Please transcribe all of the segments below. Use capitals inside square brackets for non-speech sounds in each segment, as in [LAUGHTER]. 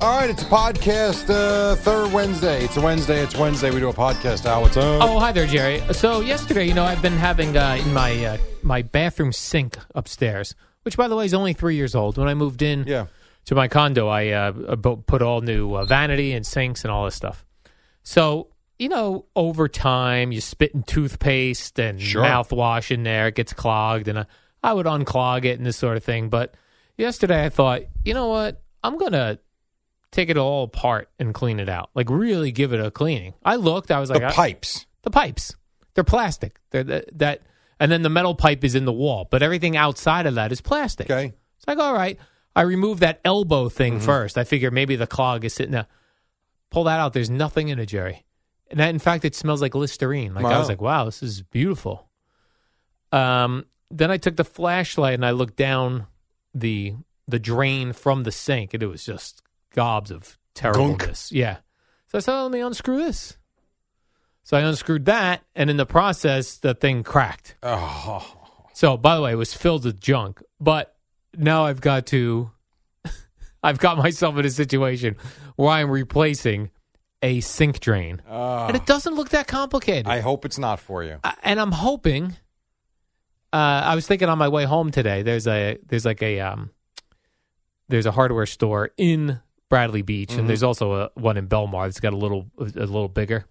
All right, it's a podcast uh, third Wednesday. It's a Wednesday. It's Wednesday. We do a podcast uh, now. What's up? Oh, hi there, Jerry. So yesterday, you know, I've been having uh, in my uh, my bathroom sink upstairs, which, by the way, is only three years old. When I moved in Yeah. to my condo, I uh, abo- put all new uh, vanity and sinks and all this stuff. So you know, over time, you spit in toothpaste and Sure. mouthwash in there. It gets clogged, and I, I would unclog it and this sort of thing. But yesterday, I thought, you know what? I'm gonna take it all apart and clean it out. Like really give it a cleaning. I looked. I was The like, I- pipes. the pipes. They're plastic. They're th- that, and then the metal pipe is in the wall, but everything outside of that is plastic. Okay. It's like, all right, I remove that elbow thing first. I figure maybe the clog is sitting there. Pull that out. There's nothing in it, Jerry. And that, in fact, it smells like Listerine. Like I Wow. was like, wow, this is beautiful. Um, then I took the flashlight and I looked down the the drain from the sink, and it was just gobs of terribleness. Yeah. So I said, oh, let me unscrew this. So I unscrewed that, and in the process, the thing cracked. Oh, So, by the way, it was filled with junk. But now I've got to, [LAUGHS] I've got myself in a situation where I'm replacing a sink drain, and it doesn't look that complicated. Ah. I hope it's not for you. I- and I'm hoping. Uh, I was thinking on my way home today. There's a there's like a um, there's a hardware store in Bradley Beach, Mm-hmm. and there's also a one in Belmar that's got a little a little bigger.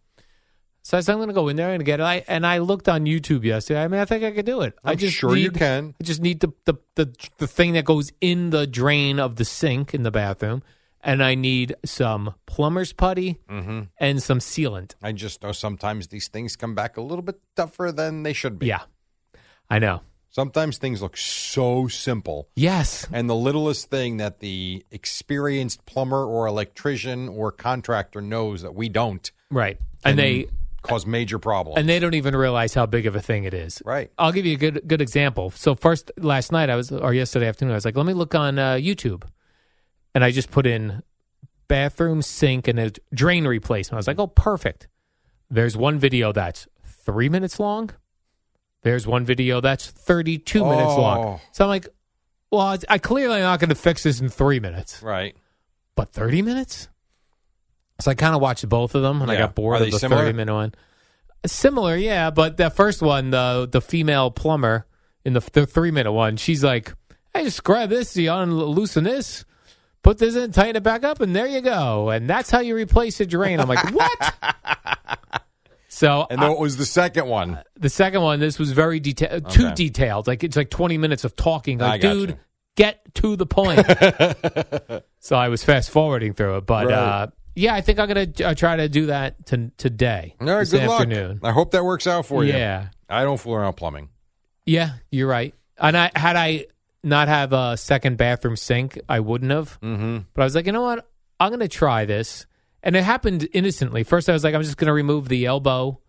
So I said I'm going to go in there and get it. I, and I looked on YouTube yesterday. I mean, I think I could do it. I I'm just sure you need- can. I just need the, the the the thing that goes in the drain of the sink in the bathroom, and I need some plumber's putty and some sealant. I just know sometimes these things come back a little bit tougher than they should be. Yeah, I know. Sometimes things look so simple. Yes. And the littlest thing that the experienced plumber or electrician or contractor knows that we don't Right. And, they cause major problems. and Oh. they don't even realize how big of a thing it is. Right. I'll give you a good good example. So first last night I was or yesterday afternoon I was like, let me look on uh, YouTube, and I just put in bathroom sink and a drain replacement. I was like, oh, perfect. There's one video that's three minutes long. There's one video that's 32 minutes long. Oh. So I'm like, well, I- I clearly not going to fix this in three minutes, right. but 30 minutes? So I kind of watched both of them and I Yeah. got bored Are of they the similar? 30 minute one. Similar, yeah, but that first one, the the female plumber in the, the three minute one, she's like, "I just grab this, you unloosen this, put this in, tighten it back up, and there you go." And that's how you replace a drain. I'm like, [LAUGHS] "What?" so And I- though it was the second one. the second one, this was very detailed, too Okay. detailed. Like it's like twenty minutes of talking. Like, I got dude, you. get to the point. [LAUGHS] so I was fast forwarding through it, but uh, Right. yeah, I think I'm gonna uh, try to do that to, today, All right, this good afternoon. luck. I hope that works out for you. Yeah, I don't fool around plumbing. yeah, you're right. And I had I not have a second bathroom sink, I wouldn't have. Mm-hmm. But I was like, you know what? I'm going to try this. And it happened innocently. First, I was like, I'm just going to remove the elbow.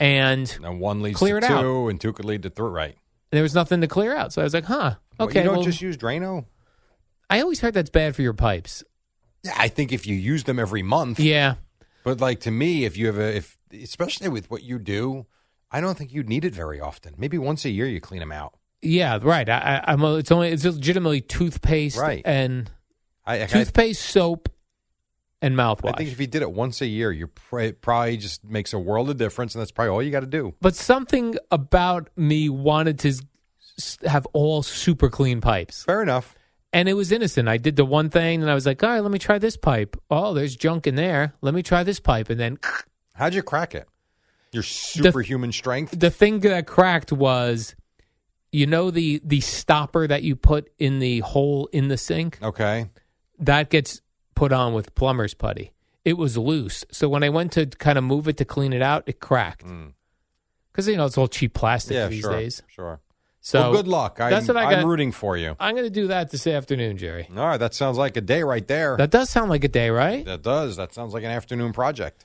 And And one leads Clear to it out. two, and two could lead to three. Right. there was nothing to clear out. So I was like, huh. Well, Okay. you don't well- just use Drano. I always heard that's bad for your pipes. Yeah, I think if you use them every month, Yeah. but like to me, if you have a, if especially with what you do, I don't think you'd need it very often. Maybe once a year you clean them out. Yeah, right. I, I, I'm. A, it's only. It's legitimately toothpaste Right. and I, I, I toothpaste, soap, and mouthwash. think if you did it once a year, you pr- it probably just makes a world of difference, and that's probably all you got to do. but something about me wanted to s- have all super clean pipes, Fair enough. and it was innocent. I did the one thing, and I was like, "All right, let me try this pipe. Oh, there's junk in there. Let me try this pipe." And then How'd you crack it? Your superhuman strength. the thing that cracked was you know the the stopper that you put in the hole in the sink Okay. that gets put on with plumber's putty. It was loose, so when I went to kind of move it to clean it out, it cracked. Because you know it's all cheap plastic Mm. Yeah, these sure. days. Sure. So well, good luck. I'm, Mm. that's what I am got. rooting for you. I'm going to do that this afternoon, Jerry. All right. That sounds like a day right there. That does sound like a day, right? that does. That sounds like an afternoon project.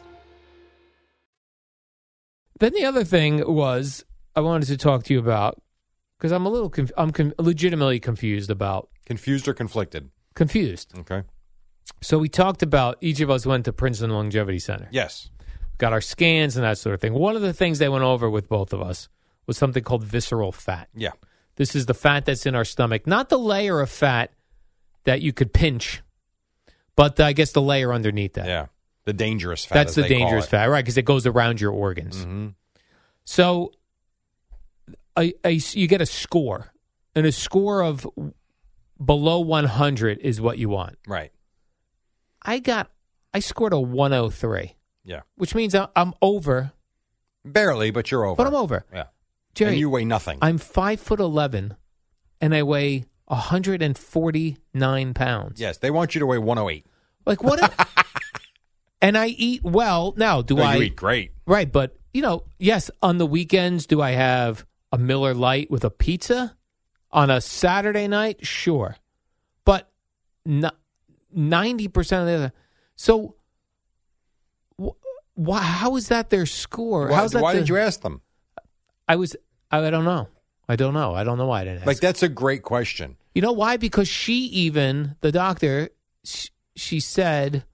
Then the other thing was I wanted to talk to you about because I'm a little conf- I'm con- legitimately confused about Confused or conflicted? confused. Okay. So we talked about each of us went to Princeton Longevity Center. Yes. got our scans and that sort of thing. One of the things they went over with both of us was something called visceral fat. Yeah. This is the fat that's in our stomach, not the layer of fat that you could pinch, but I guess the layer underneath that. Yeah. The dangerous fat. That's as the they call dangerous it. fat, right? Because it goes around your organs. Mhm. So a, a, you get a score, and a score of below 100 is what you want. Right. I got, I scored a 103, Yeah. which means I- I'm over, Barely, but you're over. but I'm over. Yeah. Jerry, and you weigh nothing. I'm five foot eleven, and I weigh hundred and forty nine pounds. yes. They want you to weigh 108. Like what? A, [LAUGHS] and I eat well. Now, do No, I? you eat great. Right, but you know, yes. On the weekends, do I have a Miller Light with a pizza? On a Saturday night, sure, but ninety percent of the other. So, wh- wh- how is that their score? Why, How's that? why the- did you ask them? I was. I, I don't know. I don't know. I don't know why I didn't. ask. Like, that's a great question. You know why? Because she even the doctor, she, she said,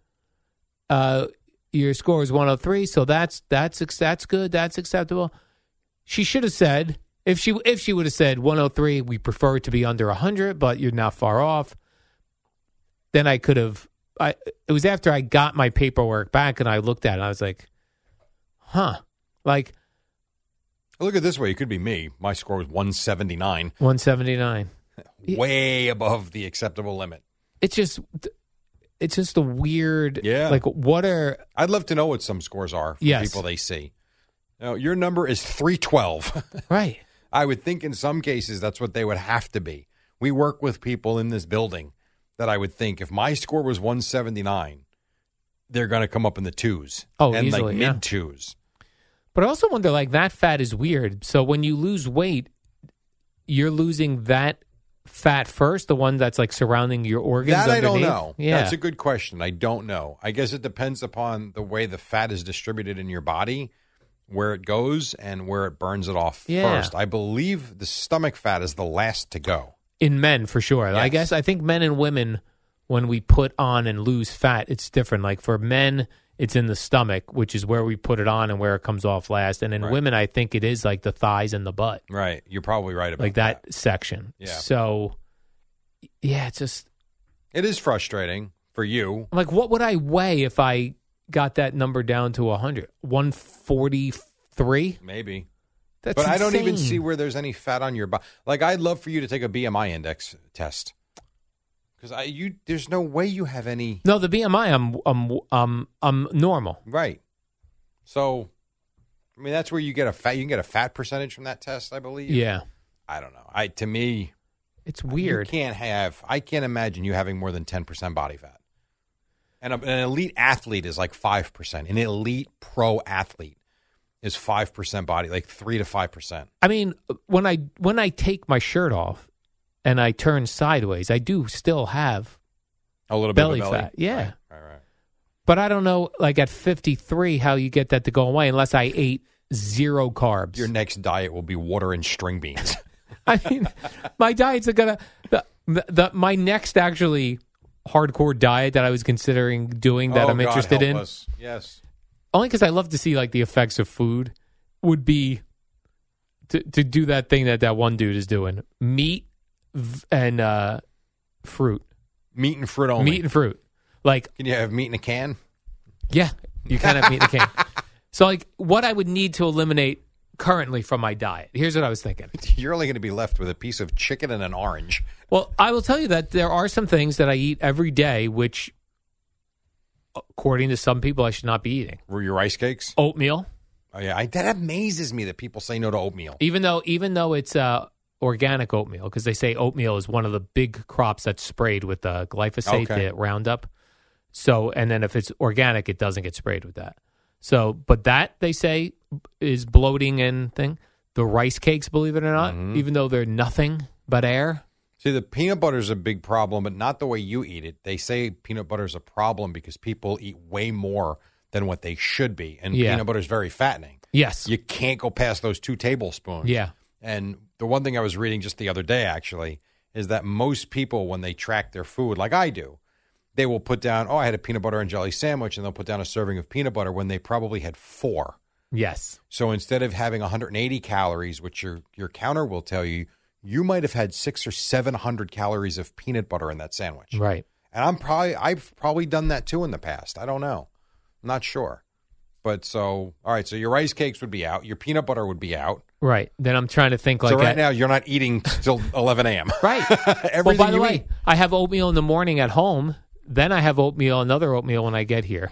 uh, "Your score is 103, so that's that's ex- that's good, that's acceptable." She should have said if she if she would have said 103, we prefer it to be under 100, but you're not far off. Then I could have. I it was after I got my paperwork back and I looked at it. And I was like, "Huh." Like Look at it this way. It could be me. My score was 179, 179. way above the acceptable limit. It's just it's just a weird Yeah. like what [LAUGHS] are I'd love to know what some scores are for Yes. people they see. Now, your number is 312. right? [LAUGHS] I would think in some cases that's what they would have to be. We work with people in this building that I would think if my score was 179, they're going to come up in the twos. Oh, and easily, like yeah. mid twos. But I also wonder, like that fat is weird. So when you lose weight, you're losing that fat first, the one that's like surrounding your organs. That I don't underneath? know. Yeah, That's a good question. I don't know. I guess it depends upon the way the fat is distributed in your body, where it goes and where it burns it off Yeah. first. I believe the stomach fat is the last to go. in men for sure. I Yes. guess I think men and women, when we put on and lose fat, it's different. Like for men, it's in the stomach, which is where we put it on and where it comes off last. And in Right. women, I think it is like the thighs and the butt, Right. You're probably right about like that, section. Yeah. So, yeah, it's just It is frustrating for you. I'm like, what would I weigh if I got that number down to 100? 143? Maybe. That's but I don't even insane. see where there's any fat on your body. Like I'd love for you to take a BMI index test because I you there's no way you have any No, the BMI, I'm, I'm, I'm, I'm normal. right. So, I mean that's where you get a fat. You can get a fat percentage from that test, I believe. Yeah. I don't know. I to me It's You weird. can't have. I can't imagine you having more than ten percent body fat. And a, an elite athlete is like five percent. An elite pro athlete is five percent body, like three to five percent. I mean, when I, when I take my shirt off and I turn sideways, I do still have, A little Belly bit of belly fat, yeah. Right, right, right. but I don't know, like at 53, how you get that to go away unless I ate zero carbs. Your next diet will be water and string beans. I mean, my diets are gonna the, the, the my next actually hardcore diet that I was considering doing [LAUGHS] that Oh, I'm God, interested help in, us. Yes. only because I love to see like the effects of food, would be to, to do that thing that that one dude is doing meat v- and uh, fruit. Meat and fruit only. Meat and fruit. Like, Can you have meat in a can? [LAUGHS] yeah, you kind of meat and can. So, like, what I would need to eliminate currently from my diet. Here's what I was thinking. You're only going to be left with a piece of chicken and an orange. Well, I will tell you that there are some things that I eat every day, which, according to some people, I should not be eating. Were your rice cakes? Oatmeal, Oh, yeah, I, that amazes me that people say no to oatmeal. even though even though it's uh, organic oatmeal, because they say oatmeal is one of the big crops that's sprayed with uh, glyphosate, Okay. the Roundup. So, and then if it's organic, it doesn't get sprayed with that. So, but that they say is bloating and thing. The rice cakes, believe it or not, Mm-hmm. even though they're nothing but air. See, the peanut butter is a big problem, but not the way you eat it. They say peanut butter is a problem because people eat way more than what they should be, and Yeah. peanut butter is very fattening. Yes. You can't go past those two tablespoons. yeah. And the one thing I was reading just the other day, actually, is that most people, when they track their food, like I do, they will put down, oh, I had a peanut butter and jelly sandwich, and they'll put down a serving of peanut butter when they probably had four. Yes. So instead of having 180 calories, which your your counter will tell you, you might have had six or seven hundred calories of peanut butter in that sandwich. Right. And I'm probably I've probably done that too in the past. I don't know. I'm not sure. But so all right, so your rice cakes would be out, your peanut butter would be out. Right. Then I'm trying to think like so right a- now you're not eating till 11 [LAUGHS] a.m. [LAUGHS] Right. Everything well, by the you way, eat. I have oatmeal in the morning at home. Then I have oatmeal, another oatmeal when I get here,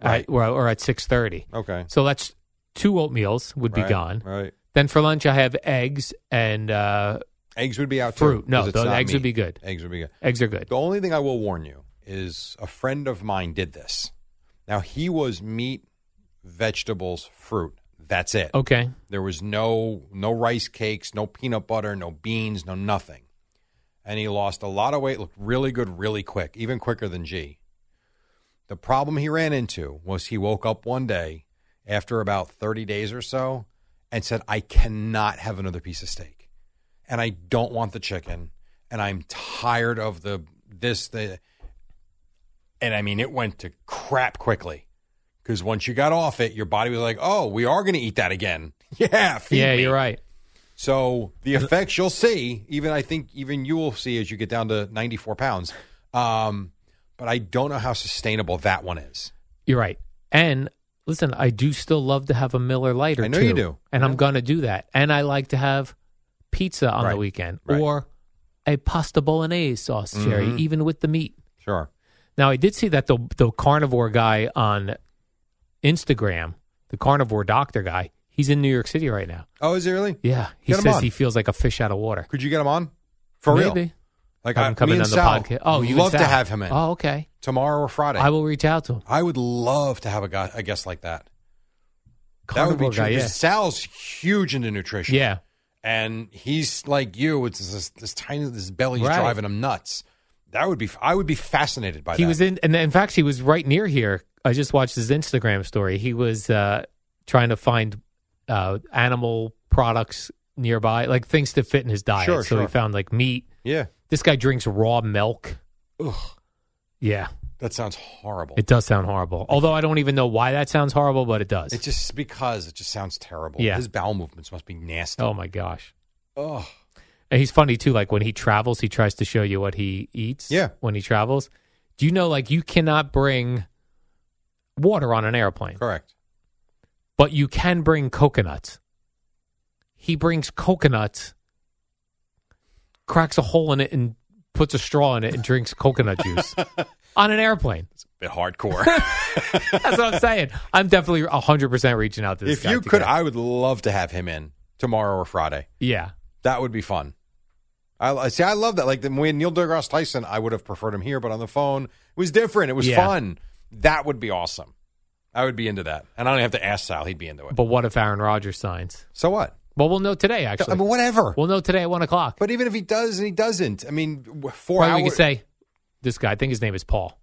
at- Right. or, or at six thirty. Okay. So that's two oatmeals would be Right, gone. Right. Then for lunch, I have eggs and uh, Eggs would be out Fruit. too. No, 'cause it's the not eggs would meat. be good. Eggs would be good. eggs are good. The only thing I will warn you is a friend of mine did this. Now he was meat, vegetables, fruit. That's it. Okay. There was no no rice cakes, no peanut butter, no beans, no nothing. And he lost a lot of weight, looked really good really quick, even quicker than G. The problem he ran into was he woke up one day after about 30 days or so and said, I cannot have another piece of steak. And I don't want the chicken. And I'm tired of the this, the and I mean it went to crap quickly. Because once you got off it, your body was like, Oh, we are gonna eat that again. [LAUGHS] Yeah, feed Yeah, me. you're right. So the effects you'll see, even I think even you will see as you get down to 94 pounds. Um, but I don't know how sustainable that one is. You're right. And listen, I do still love to have a Miller Lite or I know two, you do. and I'm gonna do that. And I like to have pizza on Right, the weekend right. Mm-hmm. or a pasta bolognese sauce, Jerry, even with the meat. Sure. Now I did see that the the carnivore guy on Instagram, the carnivore doctor guy, he's in New York City right now. Oh, is it really? Yeah, he Get him says on. he feels like a fish out of water. Could you get him on? For Maybe real? Like have I, him come me in and on Sal, the podcast. Oh, you and love to Sal. have him in Oh, okay. tomorrow or Friday. I I will reach out to him. would love to have a guy, a guest like that. that Carnivore would be true. guy, 'cause yeah. Sal's huge into nutrition. Yeah, and he's like you. It's this, this tiny, this belly's Right. driving him nuts. That would be. I would be fascinated by he that. was in, and in fact, he was right near here. I just watched his Instagram story. He was uh, trying to find uh, animal products nearby, like things to fit in his diet. Sure, so he sure. found like meat. yeah, This guy drinks raw milk. Ugh. Yeah. that sounds horrible. It does sound horrible. Although I don't even know why that sounds horrible, but it does. It's just because it just sounds terrible. Yeah. His bowel movements must be nasty. oh my gosh. Ugh. And he's funny too. Like when he travels, he tries to show you what he eats. Yeah. When he travels, do you know like you cannot bring water on an airplane, Correct. but you can bring coconuts. He brings coconuts, cracks a hole in it, and puts a straw in it and drinks coconut juice [LAUGHS] on an airplane. bit [LAUGHS] hardcore. That's what I'm saying. I'm definitely 100% reaching out to this if guy you to could, get- I would love to have him in tomorrow or Friday. yeah. That would be fun. I I- see. I love that. Like the- when Neil deGrasse Tyson, I would have preferred him here, but on the phone, it was different. It was Yeah. fun. That would be awesome. I would be into that, and I don't have to ask Sal; he'd be into it. But what if Aaron Rodgers signs? So what? Well, we'll know today, I actually. mean, whatever. We'll know today at 1 o'clock. but even if he does and he doesn't, I mean, w- four Or we hours. could say, this guy, I think his name is Paul.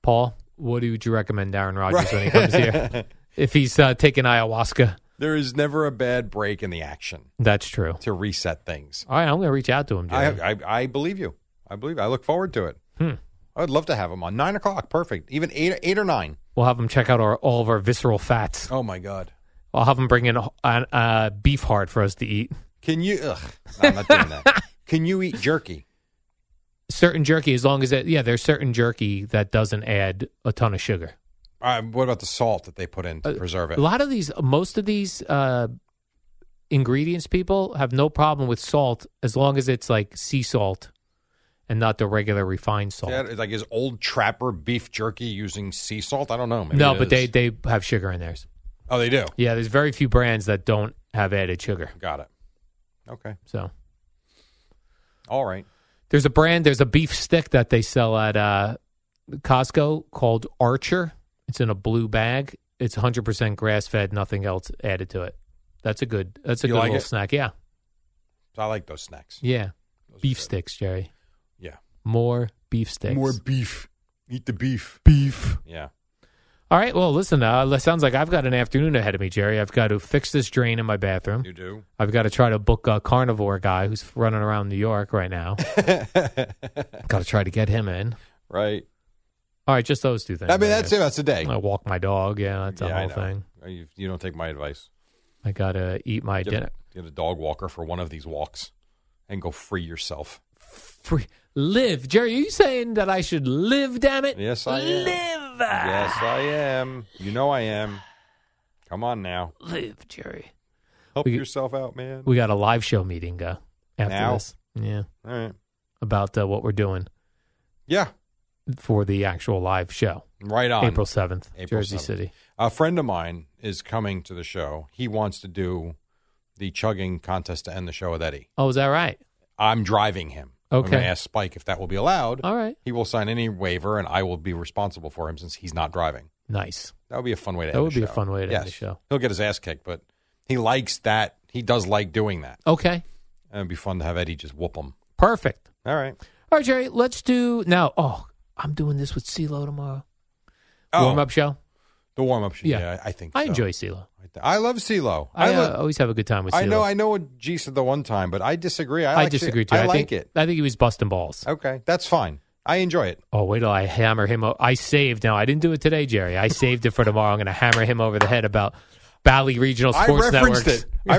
Paul, what do you recommend Aaron Rodgers when he comes [LAUGHS] here? if he's uh, taking ayahuasca, there is never a bad break in the action that's true. to reset things. All right, I'm going to reach out to him, Jerry. I, I I believe you. I believe. I look forward to it. Hmm. I would love to have him on nine o'clock. Perfect. Even eight, eight or nine. We'll have him check out our, all of our visceral fats. Oh my god. I'll have them bring in a, a, a beef heart for us to eat. Can you? Ugh, no, I'm not [LAUGHS] doing that. Can you eat jerky? Certain jerky, as long as it, yeah, there's certain jerky that doesn't add a ton of sugar. Uh, what about the salt that they put in to Uh, preserve it? A lot of these, most of these uh, ingredients, people have no problem with salt as long as it's like sea salt and not the regular refined salt. Yeah, like is old trapper beef jerky using sea salt? I don't know. Maybe no, it but they is. they have sugar in theirs. Oh, they do. Yeah, there's very few brands that don't have added sugar. Got it. Okay. So All right. there's a brand, there's a beef stick that they sell at uh, Costco called Archer. It's in a blue bag. It's 100% grass fed, nothing else added to it. That's a good. That's a You good like little it? snack. Yeah, So I like those snacks. yeah. Those are Beef good. sticks, Jerry. Yeah. More beef sticks. beef. Eat the beef. Beef. Yeah. All right. Well, listen. Uh, it sounds like I've got an afternoon ahead of me, Jerry. I've got to fix this drain in my bathroom. You do. I've got to try to book a carnivore guy who's running around New York right [LAUGHS] now. got to try to get him in. right. All right, just those two things. I mean, that's it. That's a day. I walk my dog. Yeah, that's a Yeah, I Oh, whole know. thing. You, you don't take my advice. I gotta eat my Get, dinner. get a dog walker for one of these walks and go free yourself. Free. Live, Jerry. Are you saying that I should live? Damn it! Yes, I am. live. Yes, I am. You know I am. Come on now. live, Jerry. Help We- yourself out, man. We got a live show meeting uh, after Now? this. Yeah, All right. about uh, what we're doing Yeah. for the actual live show, Right on. April seventh, April Jersey 7th. City. A friend of mine is coming to the show. He wants to do the chugging contest to end the show with Eddie. Oh, is that right? I'm driving him. I'm Okay. going to ask Spike if that will be allowed. All right, He will sign any waiver, and I will be responsible for him since he's not driving. nice. That would be a fun way to. That end would the be a show. fun way to end yes. the show. He'll get his ass kicked, but he likes that. He does like doing that. Okay, And it'd be fun to have Eddie just whoop him. perfect. All right. All right, Jerry. Let's do now. Oh, I'm doing this with CeeLo tomorrow. Oh, Warm up show. the warm up. Yeah. Yeah. yeah, I think I so. enjoy CeeLo. I th- I love CeeLo. I, I, uh, love. always have a good time with CeeLo. I know. I know what G said the one time, but I disagree. I, I like disagree Ce- too. I, like think, it. I think he was busting balls. Okay, that's fine. I enjoy it. Oh, wait till I hammer him. O- I saved. Now I didn't do it today, Jerry. I saved it for tomorrow. I'm going to hammer him over the head about Bally Regional I Sports referenced Networks. it. I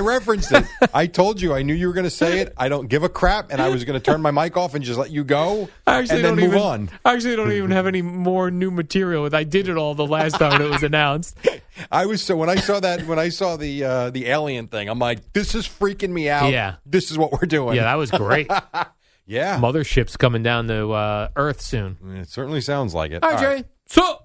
[LAUGHS] referenced it. I told you. I knew you were going to say it. I don't give a crap, and I was going to turn my mic off and just let you go, [LAUGHS] I actually and then don't move even. on. I actually don't even have any more new material. with- I did it all the last time it was [LAUGHS] announced. I was so when I saw that when I saw the uh, the alien thing, I'm like, this is freaking me out. Yeah. this is what we're doing. Yeah, that was great. yeah. Mothership's coming down to uh, Earth soon. It certainly sounds like it. All right, All right. Jerry. So.